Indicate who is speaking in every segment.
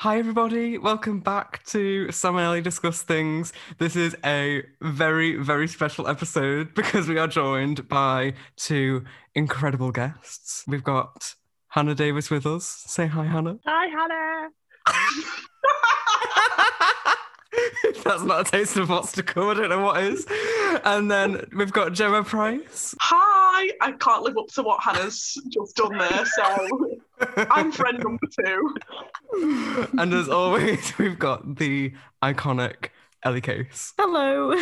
Speaker 1: Hi, everybody. Welcome back to Sam and Ellie Discuss Things. This is a very, very special episode because we are joined by two incredible guests. We've got Hannah Davis with us. Say hi, Hannah.
Speaker 2: Hi, Hannah.
Speaker 1: If That's not a taste of what's to come. I don't know what is. And then we've got Gemma Price.
Speaker 3: Hi, I can't live up to what Hannah's just done there, so I'm friend number two.
Speaker 1: and as always, we've got the iconic Ellie Case.
Speaker 2: Hello.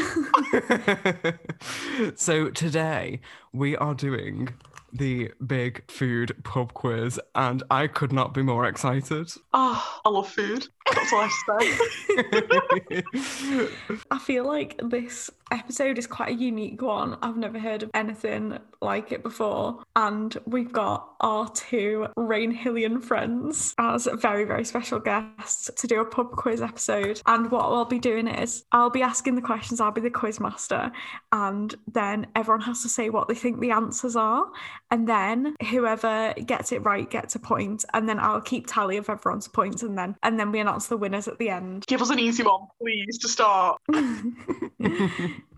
Speaker 1: so today we are doing the big food pub quiz, and I could not be more excited.
Speaker 3: Oh, I love food. That's all I have to say.
Speaker 2: I feel like this episode is quite a unique one. I've never heard of anything like it before. And we've got our two Rainhillian friends as very, very special guests to do a pub quiz episode. And what I'll be doing is I'll be asking the questions, I'll be the quiz master, and then everyone has to say what they think the answers are. And then whoever gets it right gets a point, and then I'll keep tally of everyone's points and then and then we announce the winners at the end.
Speaker 3: Give us an easy one, please, to start.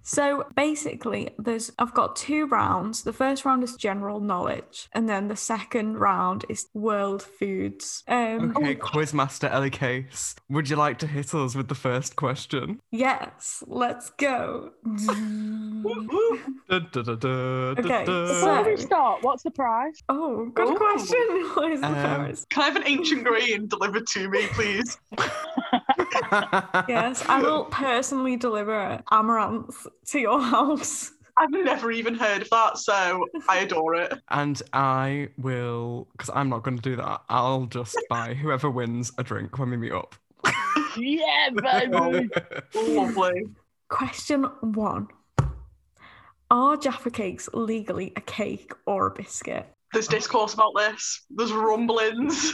Speaker 2: so basically there's I've got two rounds. The first round is general knowledge and then the second round is world foods. Um
Speaker 1: okay, Quizmaster Ellie Case, would you like to hit us with the first question?
Speaker 2: yes, let's go.
Speaker 3: Woo, woo.
Speaker 1: Dun, dun, dun, dun, dun,
Speaker 2: Okay,
Speaker 1: dun.
Speaker 2: so-
Speaker 4: Before we start, what's the prize?
Speaker 2: oh, good
Speaker 3: Ooh.
Speaker 2: question. What is the
Speaker 1: Um,
Speaker 2: first?
Speaker 3: Can I have an ancient grain delivered to me, please?
Speaker 2: Yes, I will personally deliver amaranth to your house.
Speaker 3: I've never even heard of that, so I adore it.
Speaker 1: And I will, because I'm not going to do that. I'll just buy whoever wins a drink when we meet up.
Speaker 4: Yeah, baby.
Speaker 3: Lovely.
Speaker 2: Question one. Are Jaffa cakes legally a cake or a biscuit?
Speaker 3: There's discourse about this. There's rumblings.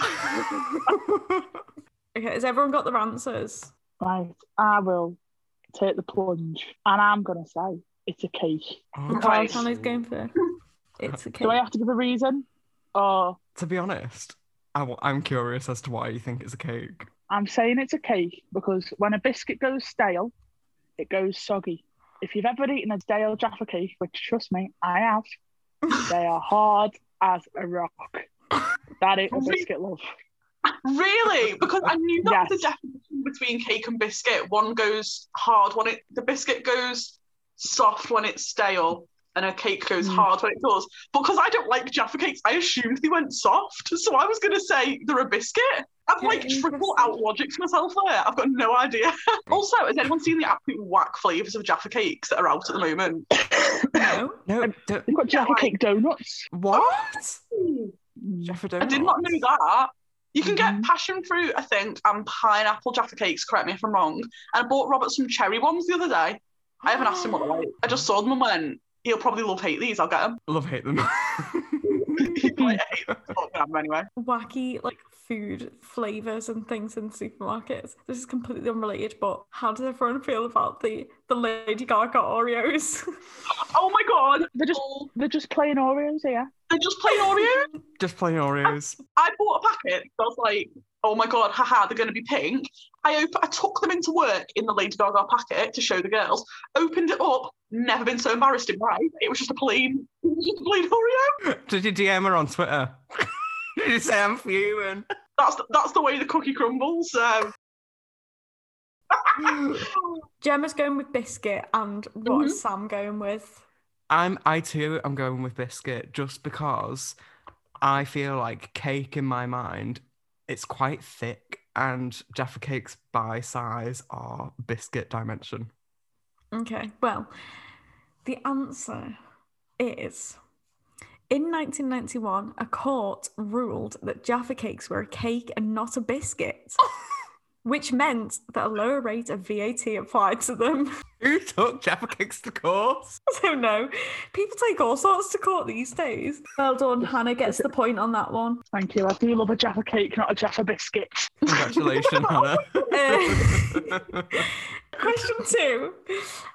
Speaker 2: Okay, has everyone got their answers?
Speaker 4: right, I will take the plunge, and I'm gonna say it's a cake.
Speaker 2: Right.
Speaker 3: Right.
Speaker 2: Hannah's going for it's a cake.
Speaker 4: Do I have to give a reason? Or
Speaker 1: to be honest, I w- I'm curious as to why you think it's a cake.
Speaker 4: I'm saying it's a cake because when a biscuit goes stale, it goes soggy. If you've ever eaten a stale Jaffa cake, which trust me, I have, they are hard as a rock. That ain't a biscuit, love.
Speaker 3: Really? Because I knew that was the
Speaker 4: Yes.
Speaker 3: definition between cake and biscuit. One goes hard when it the biscuit goes soft when it's stale, and a cake goes
Speaker 4: Mm.
Speaker 3: hard when it does. Because I don't like Jaffa cakes, I assumed they went soft. So I was gonna say they're a biscuit. I've
Speaker 2: Yeah,
Speaker 3: like triple
Speaker 2: interesting.
Speaker 3: out logic to myself there. I've got no idea. also, has anyone seen the absolute whack flavours of Jaffa cakes that are out at the moment?
Speaker 2: no.
Speaker 1: No,
Speaker 4: Um,
Speaker 1: don't-
Speaker 4: They've got Jaffa
Speaker 3: like-
Speaker 4: cake donuts.
Speaker 1: what?
Speaker 4: Mm.
Speaker 1: Jaffa
Speaker 3: I did not know
Speaker 1: donuts?
Speaker 3: that. You can get
Speaker 4: Mhm.
Speaker 3: passion fruit, I think, and pineapple jaffa cakes. Correct me if I'm wrong. And I bought Robert some cherry ones the other day. I haven't asked him what they're like. I just saw them and went, "He'll probably love hate these. I'll get them."
Speaker 1: Love hate them.
Speaker 3: I'll get 'em anyway.
Speaker 2: Wacky like food flavours and things in supermarkets. This is completely unrelated, but how does everyone feel about the, the Lady Gaga Oreos?
Speaker 3: Oh my god!
Speaker 4: They're just they're just plain Oreos here.
Speaker 3: They're just plain Oreos.
Speaker 1: Just plain Oreos.
Speaker 3: I bought a packet. I was like, "Oh my god! Haha! They're going to be pink." I op- I took them into work in the Lady Gaga packet to show the girls. Opened it up. Never been so embarrassed in my life. It was just a plain, just a plain Oreo.
Speaker 1: Did you DM her on Twitter? did you say I'm fuming?
Speaker 3: That's the, that's the way the cookie crumbles. um, So
Speaker 2: Gemma's going with biscuit and what
Speaker 3: Mm-hmm.
Speaker 2: is Sam going with?
Speaker 1: I'm I too am going with biscuit just because I feel like cake in my mind it's quite thick and Jaffa cakes by size are biscuit dimension.
Speaker 2: Okay, well, the answer is in 1991, a court ruled that Jaffa cakes were a cake and not a biscuit, which meant that a lower rate of VAT applied to them.
Speaker 1: Who took Jaffa cakes to course?
Speaker 2: so, no, people take all sorts to court these days. Well done, Hannah gets the point on that one.
Speaker 4: Thank you. I do love a Jaffa cake, not a Jaffa biscuit.
Speaker 1: Congratulations, Hannah.
Speaker 2: Uh, Question two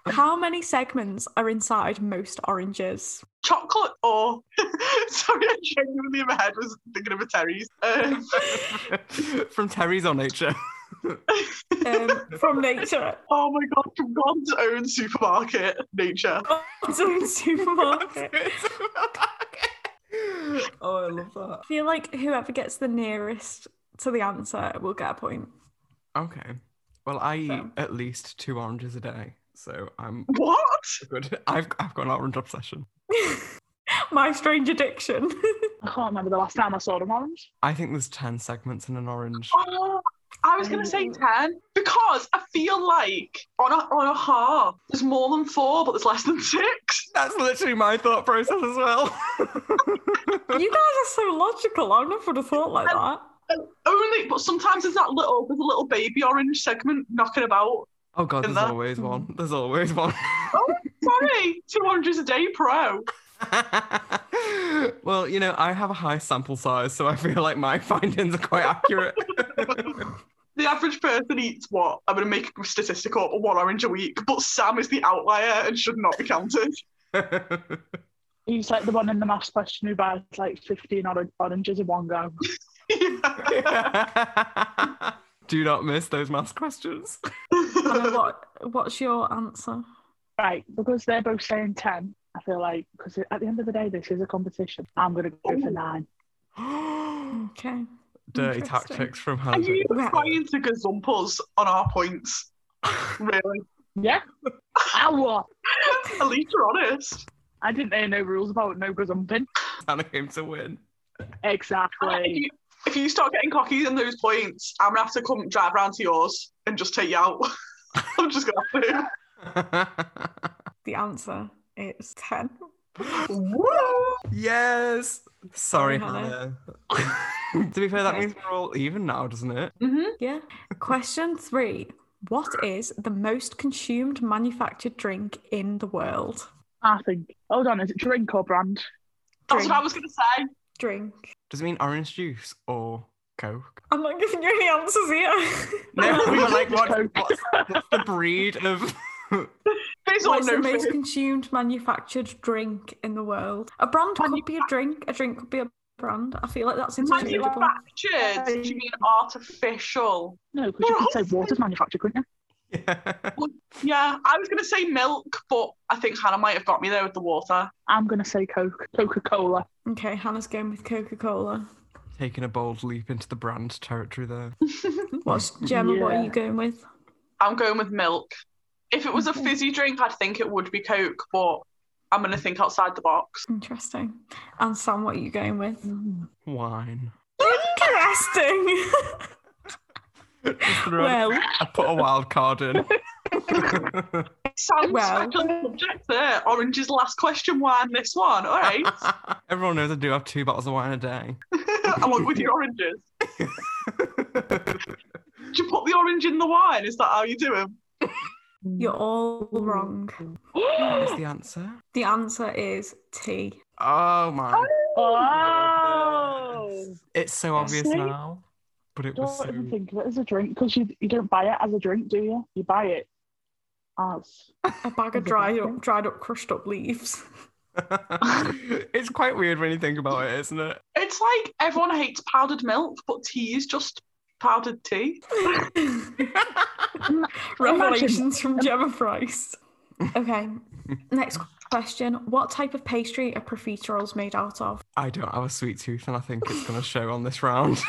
Speaker 2: How many segments are inside most oranges?
Speaker 3: Chocolate or sorry, I genuinely in my head was thinking of a Terry's. Um,
Speaker 1: From Terry's on nature.
Speaker 2: Um, from nature.
Speaker 3: oh my god, from God's own supermarket, nature.
Speaker 2: From supermarket.
Speaker 1: oh, I love that.
Speaker 2: I feel like whoever gets the nearest to the answer will get a point.
Speaker 1: Okay. Well, I eat
Speaker 2: So-
Speaker 1: at least two oranges a day, so I'm
Speaker 3: What?
Speaker 1: good. I've I've got an orange obsession.
Speaker 2: My strange addiction.
Speaker 4: I can't remember the last time I saw them orange.
Speaker 1: I think there's ten segments in an orange.
Speaker 3: Oh, I was going to say
Speaker 2: Mm.
Speaker 3: 10 because I feel like on a, on a half, there's more than four, but there's less than six.
Speaker 1: That's literally my thought process as well.
Speaker 2: you guys are so logical. I never would have thought like that.
Speaker 3: Only, but sometimes there's that little, there's a little baby orange segment knocking about.
Speaker 1: oh god,
Speaker 3: In
Speaker 1: there's
Speaker 3: that-
Speaker 1: always one. There's always one.
Speaker 3: Sorry, 200 a day pro.
Speaker 1: well, you know, I have a high sample size, so I feel like my findings are quite accurate.
Speaker 3: The average person eats what? I'm going to make a statistic up one orange a week, but Sam is the outlier and should not be counted.
Speaker 4: He's like the one in the maths question who buys like 15 or- oranges in one go.
Speaker 3: Yeah.
Speaker 1: Do not miss those math questions.
Speaker 2: Anna, what, what's your answer?
Speaker 4: Right, because they're both saying 10, I feel like, because at the end of the day, this is a competition. I'm going to go for
Speaker 3: Ooh.
Speaker 4: nine.
Speaker 2: Okay.
Speaker 1: Dirty
Speaker 2: Interesting.
Speaker 1: tactics from
Speaker 3: Are
Speaker 1: Hannah.
Speaker 3: you
Speaker 2: Well-
Speaker 3: trying to gazump us on our points? Really?
Speaker 4: Yeah. Ow!
Speaker 3: At least you're honest.
Speaker 4: I didn't hear no rules about no gazumping.
Speaker 1: Hannah came to win.
Speaker 3: If
Speaker 4: Exactly.
Speaker 3: you, if you start getting cocky in those points, I'm gonna have to come drive round to yours and just take you out. I'm just gonna have to.
Speaker 2: The answer is 10.
Speaker 1: yes. Sorry,
Speaker 2: Sorry,
Speaker 1: Hannah. to be fair, that
Speaker 2: Okay.
Speaker 1: means we're all even now, doesn't it?
Speaker 3: Mhm.
Speaker 2: Yeah. Question three What is the most consumed manufactured drink in the world?
Speaker 4: I think. Hold on, is it drink or brand?
Speaker 3: That's
Speaker 2: Drink.
Speaker 3: what I was gonna say.
Speaker 2: Drink.
Speaker 1: Does it mean orange juice or Coke?
Speaker 2: I'm not giving you any answers here.
Speaker 1: No, we were like, what,
Speaker 4: Coke.
Speaker 1: what's, what's the breed of?
Speaker 3: There's all
Speaker 2: What's the
Speaker 3: no
Speaker 2: most
Speaker 3: food.
Speaker 2: consumed manufactured drink in the world? A brand could be a drink. A drink could be a brand. I feel like that's interchangeable.
Speaker 3: Manufactured? Do you mean artificial?
Speaker 4: No, because you could say water's manufactured, couldn't you?
Speaker 1: yeah.
Speaker 3: Yeah, I was gonna say milk, but I think Hannah might have got me there with the water.
Speaker 4: I'm going to say Coke. Coca Cola.
Speaker 2: Okay, Hannah's going with Coca Cola.
Speaker 1: Taking a bold leap into the brand territory there.
Speaker 2: What's Gemma? What are
Speaker 4: Yeah.
Speaker 2: you going with?
Speaker 3: I'm going with milk. If it was a
Speaker 4: Okay.
Speaker 3: fizzy drink, I'd think it would be Coke, but I'm gonna think outside the box.
Speaker 2: Interesting. And Sam, what are you going with?
Speaker 1: Wine.
Speaker 2: Interesting.
Speaker 1: Just throw it-
Speaker 2: well,
Speaker 1: I put a wild card in.
Speaker 3: Sounds
Speaker 2: Well-
Speaker 3: special subject there. Orange's last question, wine this one. All right.
Speaker 1: Everyone knows I do have two bottles of wine a day.
Speaker 3: Along with your oranges. Do you put the orange in the wine? Is that how you do them?
Speaker 2: you're all wrong.
Speaker 1: That's the answer.
Speaker 2: The answer is tea.
Speaker 1: Oh my.
Speaker 4: Oh!
Speaker 1: It's so obvious
Speaker 4: See?
Speaker 1: now, but it was
Speaker 4: Don't
Speaker 1: so.
Speaker 4: even think of it as a drink because you, you don't buy it as a drink, do you? You buy it as.
Speaker 2: A bag of dried up, dried up, crushed up leaves.
Speaker 1: it's quite weird when you think about it, isn't it?
Speaker 3: It's like everyone hates powdered milk, but tea is just powdered tea.
Speaker 2: Revelations from Gemma Price. Okay, next question. What type of pastry are profiteroles made out of?
Speaker 1: I don't have a sweet tooth, and I think it's going to show on this round.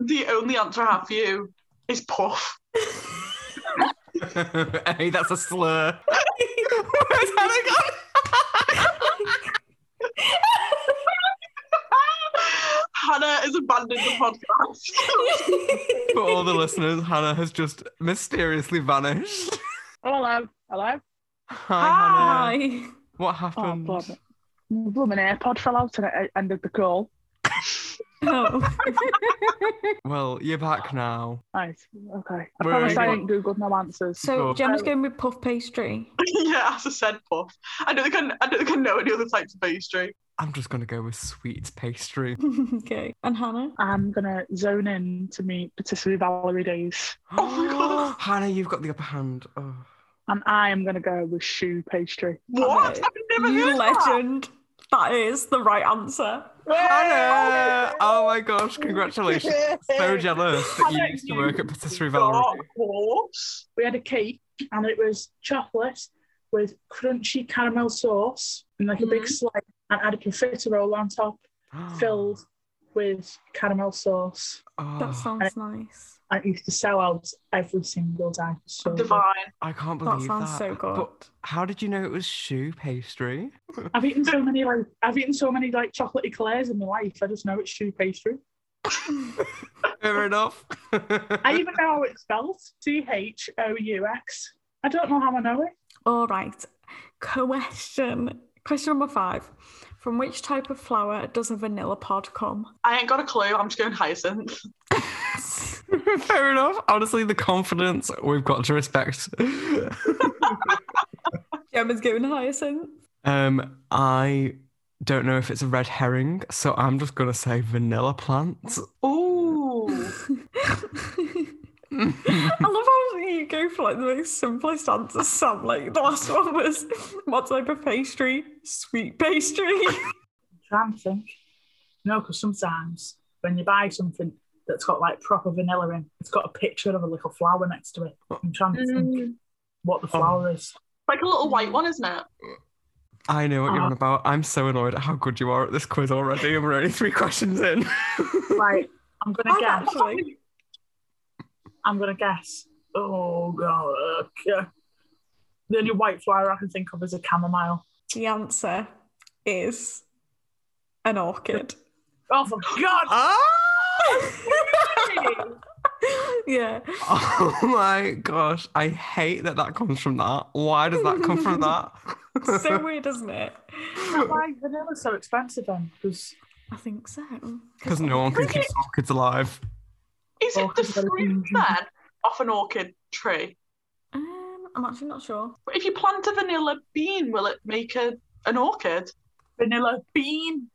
Speaker 3: The only answer I have for you is puff.
Speaker 1: hey, that's a slur. Where's Hannah gone?
Speaker 3: Hannah has abandoned the podcast.
Speaker 1: For all the listeners, Hannah has just mysteriously vanished.
Speaker 4: Oh, Hello. Hello.
Speaker 1: Hi, Hannah.
Speaker 2: Hi.
Speaker 1: What
Speaker 4: Oh,
Speaker 1: happened?
Speaker 4: blood. Blooming AirPod fell out and it ended the call.
Speaker 2: Oh.
Speaker 1: well, you're back now.
Speaker 4: Right. Okay. I
Speaker 1: Wait,
Speaker 4: promise
Speaker 1: wait,
Speaker 4: I
Speaker 1: what?
Speaker 4: ain't Googled no answers.
Speaker 1: Cool.
Speaker 2: So Gemma's going with puff pastry.
Speaker 3: yeah, as I said, puff. I don't think I, I don't think I know any other types of pastry.
Speaker 1: I'm just going to go with sweet pastry.
Speaker 2: okay. And Hannah?
Speaker 4: I'm gonna zone in to meet particularly Valerie Days.
Speaker 3: Oh my God.
Speaker 1: Hannah, you've got the upper hand. Oh.
Speaker 4: And I am going to go with shoe pastry.
Speaker 3: What?
Speaker 2: Okay.
Speaker 3: I've never
Speaker 2: you
Speaker 3: heard
Speaker 2: legend. that is the right answer.
Speaker 1: Hannah! Oh my gosh, congratulations. So jealous that you
Speaker 4: Hannah,
Speaker 1: used to
Speaker 4: you
Speaker 1: work at Patisserie
Speaker 3: that. Dark
Speaker 1: Valerie.
Speaker 3: horse.
Speaker 5: We had a cake and it was chocolate with crunchy caramel sauce and like a big
Speaker 2: Mhm.
Speaker 5: slice and had a profiterole on top filled with caramel sauce.
Speaker 2: That
Speaker 1: Oh,
Speaker 2: sounds nice.
Speaker 5: I used to sell out every single day. So good.
Speaker 3: Divine.
Speaker 1: I can't
Speaker 2: That
Speaker 1: believe that.
Speaker 2: sounds so good.
Speaker 1: But how did you know it was shoe pastry?
Speaker 5: I've eaten so many like I've eaten so many like chocolate eclairs in my life. I just know it's shoe pastry.
Speaker 1: Fair enough.
Speaker 5: I even know how it's spelled. C H O U X. I don't know how I know it.
Speaker 2: All right. Question. Question number five. From which type of flower does a vanilla pod come?
Speaker 3: I ain't got a clue. I'm just going hyacinth.
Speaker 1: Fair enough. Honestly, the confidence we've got to respect.
Speaker 2: Gemma's giving hyacinth.
Speaker 1: um, I don't know if it's a red herring, so I'm just gonna say vanilla plants.
Speaker 3: Ooh.
Speaker 2: I love how you go for like the most simplest answers, Sam. Like the last one was what type of pastry? Sweet pastry.
Speaker 5: trying to think. No, because sometimes when you buy something that's got like proper vanilla in, it's got a picture of a little flower next to it. I'm trying to
Speaker 3: Mm.
Speaker 5: think what the flower is.
Speaker 3: like a little white one, isn't it?
Speaker 1: I know what you're
Speaker 5: Uh.
Speaker 1: on about. I'm so annoyed at how good you are at this quiz already, and we're only three questions in.
Speaker 5: Right, I'm gonna
Speaker 2: I've
Speaker 5: guess.
Speaker 2: actually,
Speaker 5: I'm gonna guess. Oh god. Okay. The only white flower I can think of is a chamomile.
Speaker 2: the answer is an orchid.
Speaker 5: Oh for God!
Speaker 1: Ah!
Speaker 2: yeah.
Speaker 1: Oh my gosh, I hate that that comes from that. Why does that come from that?
Speaker 2: So weird, isn't it?
Speaker 5: Why vanilla's so expensive then? Because
Speaker 2: I think so.
Speaker 1: Because no one can keep orchids alive.
Speaker 3: Is it the
Speaker 5: Orchid's got a
Speaker 3: fruit
Speaker 5: fusion.
Speaker 3: then off an orchid tree?
Speaker 2: Um, I'm actually not sure.
Speaker 3: But if you plant a vanilla bean, will it make a an orchid?
Speaker 5: vanilla bean.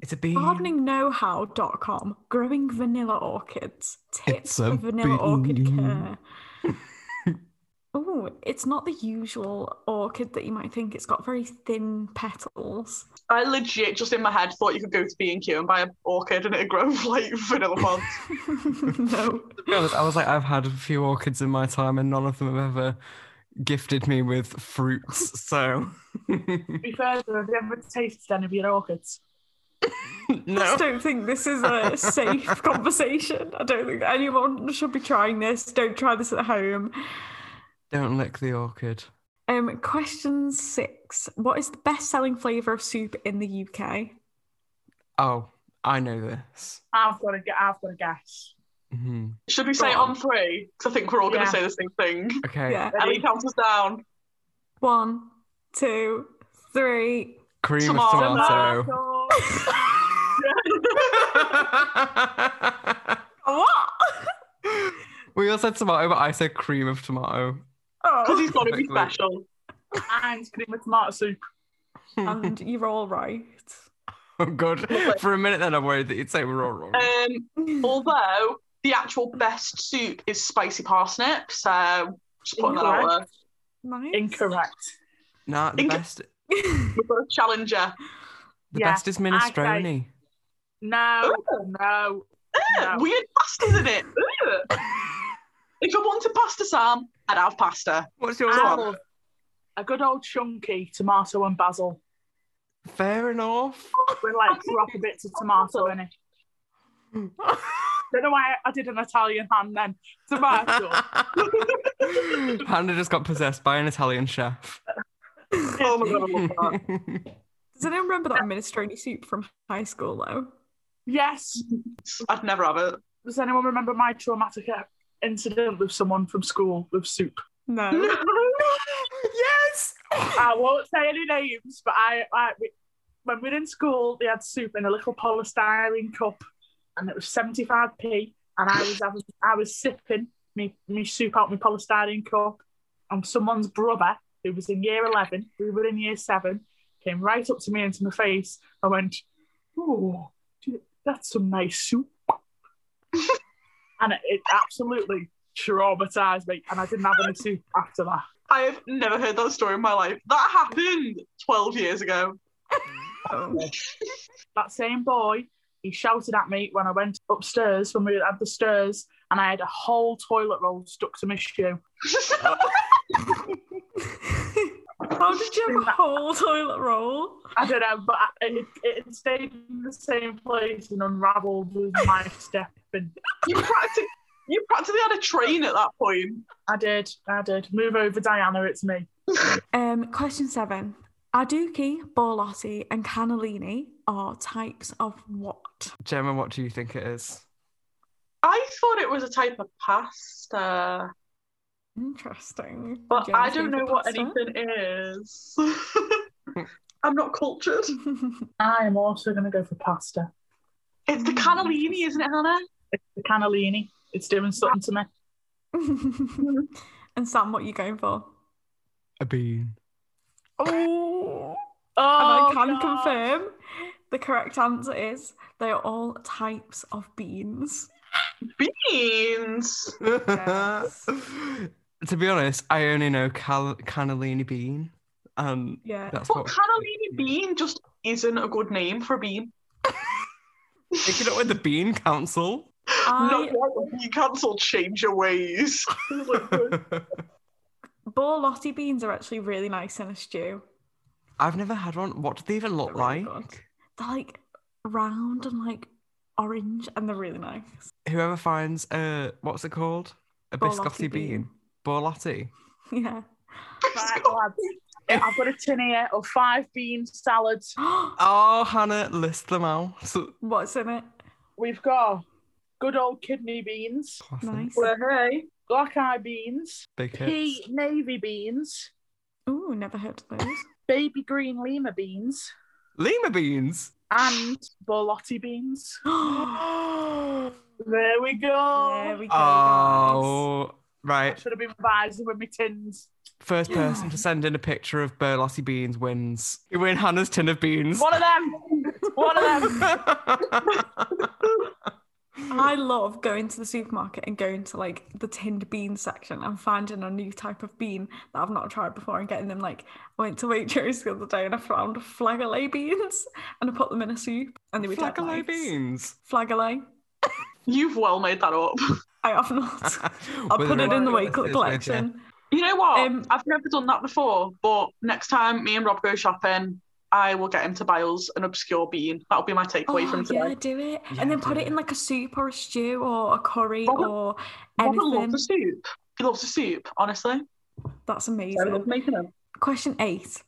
Speaker 1: It's a bee.
Speaker 2: Gardeningknowhow.com. Growing vanilla orchids. Tips
Speaker 1: It's a
Speaker 2: for vanilla orchid
Speaker 1: bee.
Speaker 2: care. oh, it's not the usual orchid that you might think. It's got very thin petals.
Speaker 3: I legit just in my head thought you could go to B and Q and buy an orchid and it'd grow like vanilla pods.
Speaker 2: no.
Speaker 1: be honest, I was like, I've had a few orchids in my time, and none of them have ever gifted me with fruits. So,
Speaker 5: To be fair, though, have you ever tasted any of your orchids?
Speaker 2: I
Speaker 1: no.
Speaker 2: just don't think this is a safe conversation. I don't think anyone should be trying this. Don't try this at home.
Speaker 1: Don't lick the orchid.
Speaker 2: Um, question six. What is the best selling flavour of soup in the UK?
Speaker 1: Oh, I know this.
Speaker 5: I've got to get. I've got to guess.
Speaker 1: Mhm.
Speaker 3: Should we say it on three? Because I think we're all going
Speaker 5: Yeah.
Speaker 3: to say the same thing.
Speaker 1: Okay.
Speaker 2: Yeah.
Speaker 3: Ellie counts us down.
Speaker 2: One, two, three.
Speaker 1: Cream
Speaker 3: Tomato.
Speaker 1: of tomato.
Speaker 5: Tomato.
Speaker 2: What?
Speaker 3: Oh.
Speaker 1: we all said tomato, but I said cream of tomato.
Speaker 3: Because
Speaker 2: Oh,
Speaker 3: he's got to be
Speaker 1: Perfectly.
Speaker 3: special.
Speaker 5: Mine's cream with tomato soup.
Speaker 3: Oh.
Speaker 2: and you're all right.
Speaker 1: Oh, God. For a minute then, I'm worried that you'd say we're all wrong.
Speaker 3: Um, although the actual best soup is spicy parsnip, so just putting that out there.
Speaker 5: Incorrect.
Speaker 2: Nice.
Speaker 5: Incorrect.
Speaker 1: nah, the
Speaker 3: think-
Speaker 1: best,
Speaker 3: We've got a challenger.
Speaker 1: the
Speaker 5: yeah,
Speaker 1: best is minestrone.
Speaker 5: No, no.
Speaker 3: Yeah,
Speaker 5: No.
Speaker 3: Weird pasta, isn't it? Ugh. if I wanted pasta, Sam, I'd have pasta.
Speaker 1: What's yours?
Speaker 5: I
Speaker 1: Rob?
Speaker 5: love a good old chunky tomato and basil
Speaker 1: Fair enough.
Speaker 5: with like proper bits of tomato in it. Don't know why I did an Italian hand then. Tomato.
Speaker 1: Hannah just got possessed by an Italian chef.
Speaker 3: Oh my god, I love that.
Speaker 2: Does anyone remember that minestrone soup from high school though?
Speaker 5: yes.
Speaker 3: I'd never have it.
Speaker 5: Does anyone remember my traumatic uh, incident with someone from school with soup?
Speaker 2: No.
Speaker 1: yes.
Speaker 5: I won't say any names, but I, I we- when we were in school, they had soup in a little polystyrene cup, and it was seventy five p. And I was having, I was sipping me me soup out my polystyrene cup, and someone's brother who was in year eleven, we were in year seven, came right up to me into my face and went, "Oh, that's some nice soup," and it, it absolutely traumatized me, and I didn't have any soup after that.
Speaker 3: I have never heard that story in my life. That happened 12 years ago.
Speaker 5: That same boy, he shouted at me when I went upstairs when we had the stairs, and I had a whole toilet roll stuck to my shoe.
Speaker 2: How did you have a whole toilet roll?
Speaker 5: I don't know, but I- it, it stayed in the same place and unraveled with my step. And
Speaker 3: you, practically, you practically had a train at that point.
Speaker 5: I did, I did. Move over, Diana, it's me.
Speaker 2: Um, question seven. Aduki, Borlotti, and Cannellini are types of what?
Speaker 1: Gemma, what do you think it is?
Speaker 3: I thought it was a type of pasta,
Speaker 2: Interesting.
Speaker 3: but
Speaker 2: Do you have
Speaker 3: I
Speaker 2: a
Speaker 3: don't know
Speaker 2: favourite
Speaker 3: what
Speaker 2: pasta?
Speaker 3: anything is. I'm not cultured.
Speaker 5: I am also going to go for pasta.
Speaker 3: It's
Speaker 2: Hmm.
Speaker 3: the cannellini, isn't it, Hannah?
Speaker 5: It's the cannellini. It's doing something to me.
Speaker 2: and Sam, what are you going for?
Speaker 1: A bean.
Speaker 2: Oh,
Speaker 5: Oh,
Speaker 2: and I can
Speaker 5: God.
Speaker 2: confirm the correct answer is they are all types of beans.
Speaker 3: Beans.
Speaker 2: Yes.
Speaker 1: to be honest, I only know cal- cannellini bean, and
Speaker 2: Yeah.
Speaker 1: that's
Speaker 3: But
Speaker 1: what
Speaker 3: cannellini bean just isn't a good name for a bean.
Speaker 1: Take it up with the bean council.
Speaker 3: Not
Speaker 2: I,
Speaker 3: yet. You cancelled change your ways.
Speaker 2: Borlotti beans are actually really nice in a stew.
Speaker 1: I've never had one. What do they even look
Speaker 2: They're really
Speaker 1: like?
Speaker 2: good. They're like round and like orange and they're really nice.
Speaker 1: Whoever finds a what's it called? A biscotti
Speaker 2: Borlotti
Speaker 1: bean. Borlotti.
Speaker 2: Yeah.
Speaker 5: Right, lads. I've got a tin here of five bean salad.
Speaker 1: Oh, Hannah, list them out. So-
Speaker 2: What's in it?
Speaker 5: We've got good old kidney beans,
Speaker 1: Classic.
Speaker 2: Nice.
Speaker 3: hey.
Speaker 5: black eye beans,
Speaker 1: Big
Speaker 5: pea
Speaker 1: hits.
Speaker 5: navy beans,
Speaker 2: Ooh, never heard of those.
Speaker 5: baby green lima beans,
Speaker 1: Lima beans.
Speaker 5: and borlotti beans.
Speaker 1: oh,
Speaker 5: There we go.
Speaker 2: there we go. guys.
Speaker 5: I
Speaker 1: Oh, right.
Speaker 5: should have been advising with my tins.
Speaker 1: First person to send in a picture of Berlossi beans wins. You win Hannah's tin of beans.
Speaker 5: One of them. One of them.
Speaker 2: I love going to the supermarket and going to like the tinned bean section and finding a new type of bean that I've not tried before and getting them. Like, I went to Waitrose the other day and I found flagolet beans and I put them in a soup and they were dead
Speaker 1: Flagolet
Speaker 2: nice.
Speaker 1: beans.
Speaker 2: Flagolet.
Speaker 3: You've well made that up.
Speaker 2: I have not. I'll put it in the Wakelet collection.
Speaker 3: You know what?
Speaker 2: Um,
Speaker 3: I've never done that before, but next time me and Rob go shopping, I will get him to buy us an obscure bean. That'll be my takeaway
Speaker 2: oh,
Speaker 3: from
Speaker 2: yeah,
Speaker 3: today.
Speaker 2: do it.
Speaker 1: Yeah,
Speaker 2: and then
Speaker 1: do
Speaker 2: put it,
Speaker 1: it.
Speaker 2: in like a soup or a stew or a curry
Speaker 3: Robert-
Speaker 2: or
Speaker 3: Robert loves
Speaker 2: anything.
Speaker 3: a soup. He loves a soup, honestly.
Speaker 2: That's
Speaker 3: I love
Speaker 2: amazing.
Speaker 3: making them.
Speaker 2: Question eight.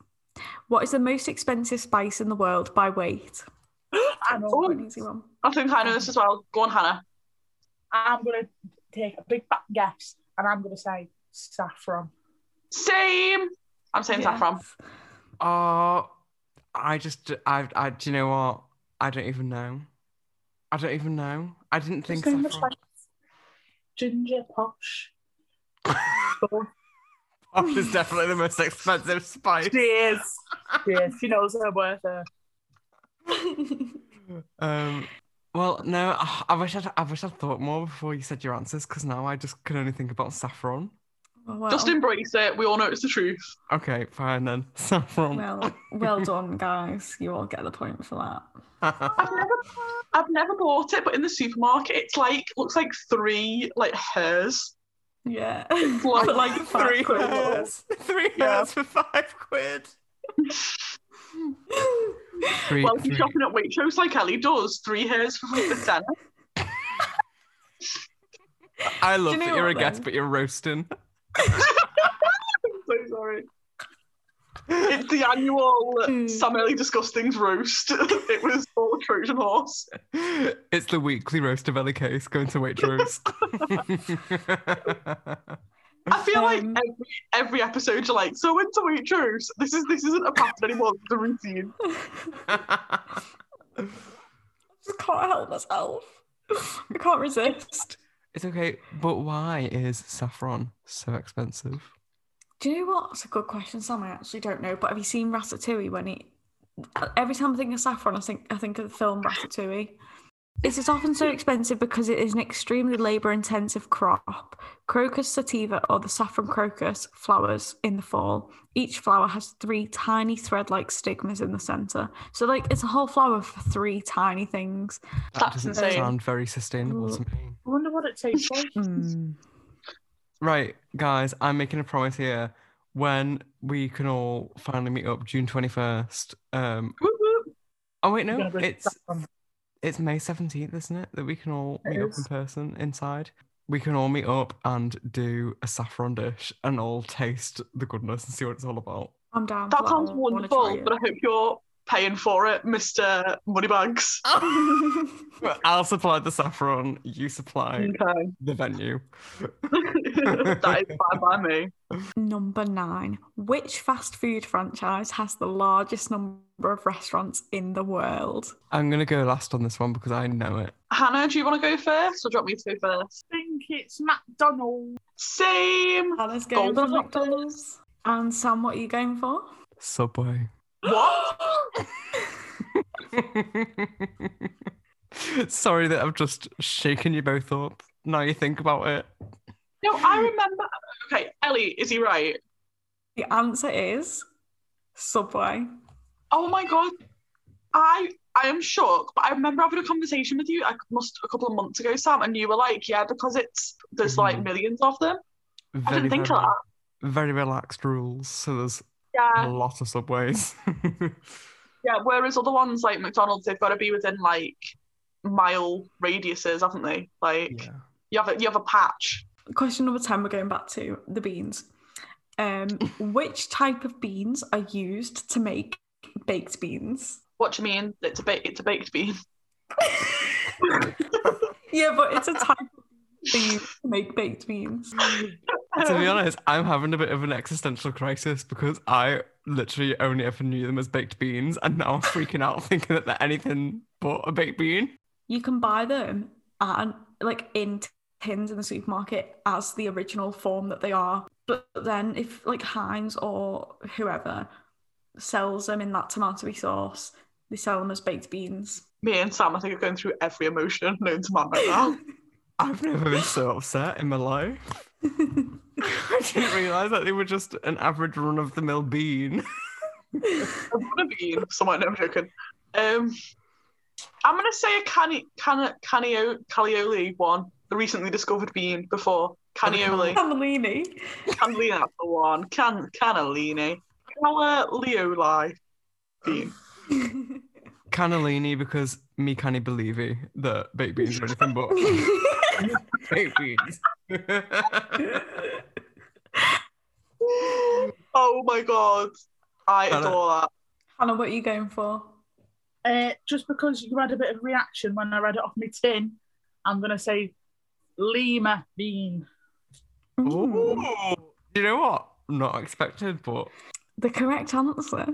Speaker 2: What is the most expensive spice in the world by weight?
Speaker 5: I know.
Speaker 2: Quite an easy one.
Speaker 3: I think I know this as well. Go on, Hannah.
Speaker 5: I'm gonna take a big fat guess, and I'm gonna say saffron.
Speaker 3: Same. I'm saying
Speaker 2: Yeah.
Speaker 3: saffron.
Speaker 1: Oh, I just, I, I, do you know what? I don't even know. I don't even know. I didn't think
Speaker 5: Same with
Speaker 1: saffron.
Speaker 5: Ginger posh.
Speaker 1: Posh is definitely the most expensive spice.
Speaker 5: Cheers. Cheers. She knows her worth. Her.
Speaker 1: Um, well, no, I, I wish I'd, I wish I'd thought more before you said your answers because now I just can only think about saffron.
Speaker 2: Oh, well,
Speaker 3: Just embrace it. We all know it's the truth.
Speaker 1: Okay, fine then. Saffron.
Speaker 2: well, well done, guys. You all get the point for that.
Speaker 3: I've never, I've never bought it, but in the supermarket, it's like looks like three like hairs.
Speaker 2: Yeah.
Speaker 3: Like
Speaker 2: For, like five
Speaker 1: three
Speaker 2: quid.
Speaker 1: hairs. Three
Speaker 3: Yeah.
Speaker 1: hairs for five quid. Three,
Speaker 3: well, if you're shopping at Waitrose like Ellie does, three hairs for the centre.
Speaker 1: I love
Speaker 2: you know
Speaker 1: that you're
Speaker 2: what
Speaker 1: a guest,
Speaker 2: then?
Speaker 1: but you're roasting.
Speaker 3: I'm so sorry. It's the annual
Speaker 2: Mm.
Speaker 3: Sam Ellie Disgustings roast. it was all a Trojan horse.
Speaker 1: It's the weekly roast of Ellie Case going to Waitrose.
Speaker 3: I feel like
Speaker 2: Um,
Speaker 3: every, every episode you're like, so into Waitrose. This is this isn't a pattern anymore. It's a routine.
Speaker 2: just can't help myself. I can't resist.
Speaker 1: it's okay, but why is saffron so expensive?
Speaker 2: Do you know what? That's a good question, Sam. I actually don't know. But have you seen Ratatouille when he? Every time I think of saffron, I think I think of the film Ratatouille. This is often so expensive because it is an extremely labour intensive crop. Crocus sativa or the saffron crocus flowers in the fall. Each flower has three tiny thread like stigmas in the centre. So, like, it's a whole flower for three tiny things.
Speaker 1: That
Speaker 3: That's
Speaker 1: doesn't
Speaker 3: insane.
Speaker 1: sound very sustainable to me.
Speaker 5: I wonder what it tastes like.
Speaker 2: Hmm.
Speaker 3: Hmm.
Speaker 1: Right, guys, I'm making a promise here. When we can all finally meet up, June 21st. Um,
Speaker 3: Woo woo.
Speaker 1: oh wait,
Speaker 5: You're
Speaker 1: no,
Speaker 5: gonna bring
Speaker 1: it's
Speaker 5: that from-
Speaker 1: it's May 17th, isn't it? That we can all
Speaker 5: It
Speaker 1: meet up in
Speaker 5: is.
Speaker 1: person inside. We can all meet up and do a saffron dish and all taste the goodness and see what it's all about.
Speaker 2: I'm down. for
Speaker 3: That sounds
Speaker 2: I wanna try
Speaker 3: wonderful,
Speaker 2: it.
Speaker 3: but I hope you're paying for it, Mr. Moneybags.
Speaker 1: I'll supply the saffron, you supply
Speaker 3: Okay.
Speaker 1: the venue.
Speaker 3: that is fine by me.
Speaker 2: Number nine. Which fast food franchise has the largest number of restaurants in the world?
Speaker 1: I'm going to go last on this one because I know it.
Speaker 3: Hannah, do you want to go first or do you want me to go first?
Speaker 5: I think it's McDonald's.
Speaker 3: Same.
Speaker 2: Alice going Ah, for
Speaker 3: Golden Hot
Speaker 2: McDonald's. And Sam, what are you going for?
Speaker 1: Subway.
Speaker 3: What?
Speaker 1: Sorry that I've just shaken you both up. Now you think about it.
Speaker 3: No, I
Speaker 2: Hmm.
Speaker 3: remember. Okay, Ellie, is he right?
Speaker 2: The answer is Subway.
Speaker 3: Oh my god, I I am shocked. But I remember having a conversation with you. I must a couple of months ago, Sam, and you were like, "Yeah, because it's there's like
Speaker 1: Mhm.
Speaker 3: millions of them."
Speaker 1: Very,
Speaker 3: I didn't think
Speaker 1: very,
Speaker 3: of that.
Speaker 1: very relaxed rules, so there's a
Speaker 3: Yeah,
Speaker 1: lot of subways.
Speaker 3: yeah. Whereas other ones like McDonald's, they've got to be within like mile radiuses, haven't they? Like
Speaker 1: yeah.
Speaker 3: you have a you have a patch.
Speaker 2: Question number 10, we're going back to the beans. Um, which type of beans are used to make baked beans?
Speaker 3: What do you mean? It's a ba- it's a baked bean.
Speaker 2: Yeah, but it's a type of beans they use to make baked beans.
Speaker 1: To be honest, I'm having a bit of an existential crisis because I literally only ever knew them as baked beans, and now I'm freaking out thinking that they're anything but a baked bean.
Speaker 2: You can buy them and like in tins in the supermarket as the original form that they are. But then if like Heinz or whoever sells them in that tomatoey sauce, they sell them as baked beans.
Speaker 3: Me and Sam, I think, are going through every emotion known to man right now.
Speaker 1: I've never been so upset in my life. I didn't realize that they were just an average run of the mill bean.
Speaker 3: I would have been somewhat. No, I'm joking. Um, I'm gonna say a cani can canio calioli one, the recently discovered bean before canioli.
Speaker 2: Cannellini.
Speaker 3: Cannellini, that's the one. Can cannellini, calioli bean.
Speaker 1: Cannellini, because me can't believe it that baked beans are anything but baked beans.
Speaker 3: Oh my god, I
Speaker 1: Hannah.
Speaker 3: adore that.
Speaker 2: Hannah, what are you going for?
Speaker 5: Uh, just because you had a bit of reaction when I read it off my tin, I'm gonna say Lima bean.
Speaker 1: Ooh. You know what? Not expected, but
Speaker 2: The correct answer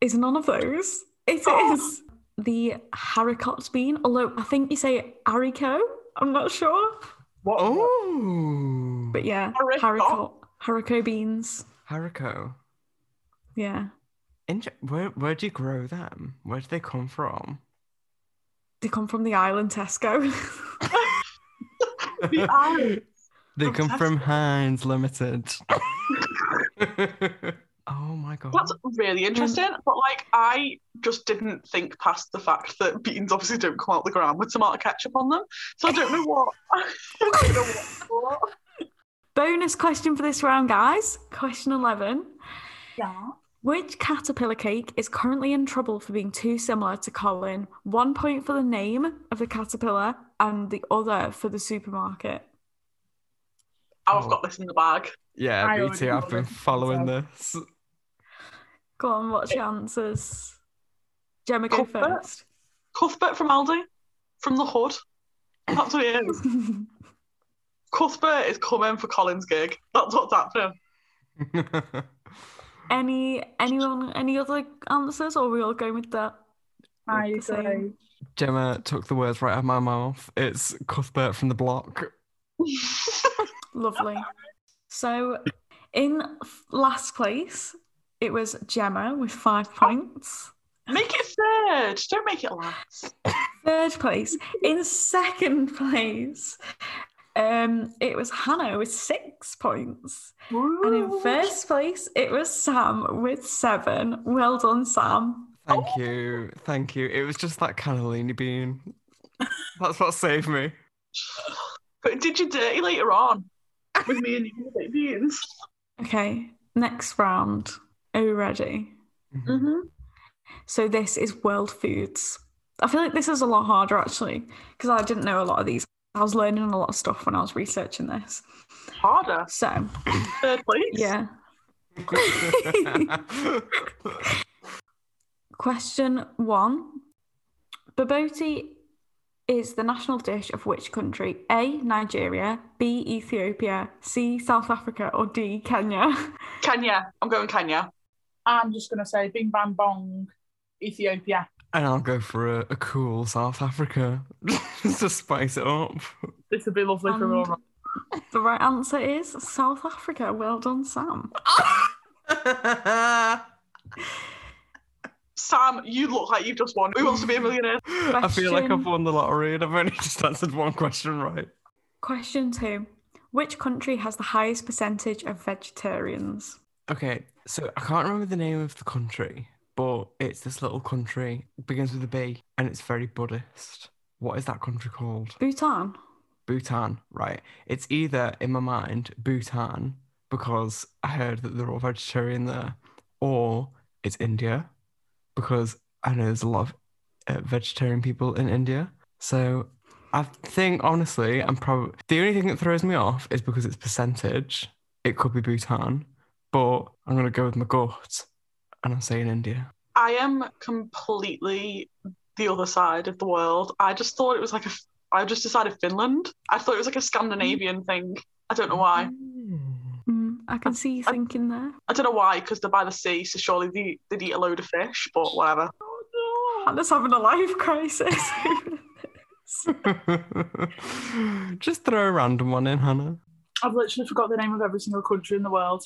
Speaker 2: is none of those. It is the haricot bean, although I think you say haricot. I'm not sure.
Speaker 5: What?
Speaker 1: oh,
Speaker 2: But yeah,
Speaker 3: Haricot?
Speaker 2: haricot. Haricot beans.
Speaker 1: haricot.
Speaker 2: Yeah.
Speaker 1: Inter- where where do you grow them? Where do they come from?
Speaker 2: They come from the island Tesco.
Speaker 3: The eye.
Speaker 1: They
Speaker 3: From
Speaker 1: come from Heinz Limited. oh my god!
Speaker 3: That's really interesting, but like I just didn't think past the fact that beans obviously don't come out the ground with tomato ketchup on them, so I don't know what. I don't know what.
Speaker 2: Bonus question for this round, guys. Question 11.
Speaker 5: Yeah.
Speaker 2: Which caterpillar cake is currently in trouble for being too similar to Colin? One point for the name of the caterpillar and the other for the supermarket.
Speaker 3: Oh, I've got this in the bag.
Speaker 1: yeah,
Speaker 5: I
Speaker 1: me
Speaker 5: already
Speaker 1: too.
Speaker 5: know
Speaker 1: I've been
Speaker 5: this,
Speaker 1: following this.
Speaker 2: Go on, what's your answers? Gemma, go
Speaker 3: Cuthbert?
Speaker 2: first.
Speaker 3: Cuthbert from Aldi, from the hood. That's what he is. Cuthbert is coming for Colin's gig. That's what's happening.
Speaker 2: any anyone any other answers or are we all going with that?
Speaker 5: I
Speaker 2: The same.
Speaker 5: agree.
Speaker 1: Gemma took the words right out of my mouth. It's Cuthbert from the block.
Speaker 2: Lovely. So in f- last place, it was Gemma with five points.
Speaker 3: Make it third. Don't make it last.
Speaker 2: Third place. In second place, um, it was Hannah with six points. And in first place, it was Sam with seven. Well done, Sam.
Speaker 1: Thank you. Thank you. It was just that cannellini bean. That's what saved me.
Speaker 3: But did you dirty later on with me and you with the beans?
Speaker 2: Okay, next round. Are you ready?
Speaker 1: Mhm.
Speaker 3: Mm-hmm.
Speaker 2: So this is world foods. I feel like this is a lot harder actually because I didn't know a lot of these. I was learning a lot of stuff when I was researching this.
Speaker 3: Harder.
Speaker 2: So
Speaker 3: Third place.
Speaker 2: yeah. Question one. Baboti is the national dish of which country? A. Nigeria. B. Ethiopia. C. South Africa. Or D. Kenya.
Speaker 3: Kenya. I'm going Kenya.
Speaker 5: I'm just going to say bing bang bong, Ethiopia.
Speaker 1: and I'll go for a, a cool South Africa just to spice it up.
Speaker 5: This would be lovely for
Speaker 2: And-
Speaker 5: all.
Speaker 2: The right answer is South Africa. Well done, Sam.
Speaker 3: Sam, you look like you've just won. Who wants to be a millionaire?
Speaker 1: I feel like I've
Speaker 2: Question.
Speaker 1: won the lottery and I've only just answered one question right.
Speaker 2: Question two. Which country has the highest percentage of vegetarians?
Speaker 1: Okay, so I can't remember the name of the country, but it's this little country begins with a B and it's very Buddhist. What is that country called?
Speaker 2: Bhutan.
Speaker 1: Bhutan, right? It's either in my mind Bhutan because I heard that they're all vegetarian there, or it's India because I know there's a lot of uh, vegetarian people in India. So I think honestly, I'm probably the only thing that throws me off is because it's percentage. It could be Bhutan, but I'm gonna go with my gut, and I'm saying India.
Speaker 3: I am completely the other side of the world. I just thought it was like a. I just decided Finland. I thought it was like a Scandinavian thing. I don't know why.
Speaker 1: Mm.
Speaker 2: Mm, I can see you
Speaker 3: I-
Speaker 2: thinking there.
Speaker 3: I don't know why because they're by the sea, so surely they they'd eat a load of fish. But whatever.
Speaker 2: Hannah's having a life crisis.
Speaker 1: Just throw a random one in, Hannah.
Speaker 5: I've literally forgot the name of every single country in the world.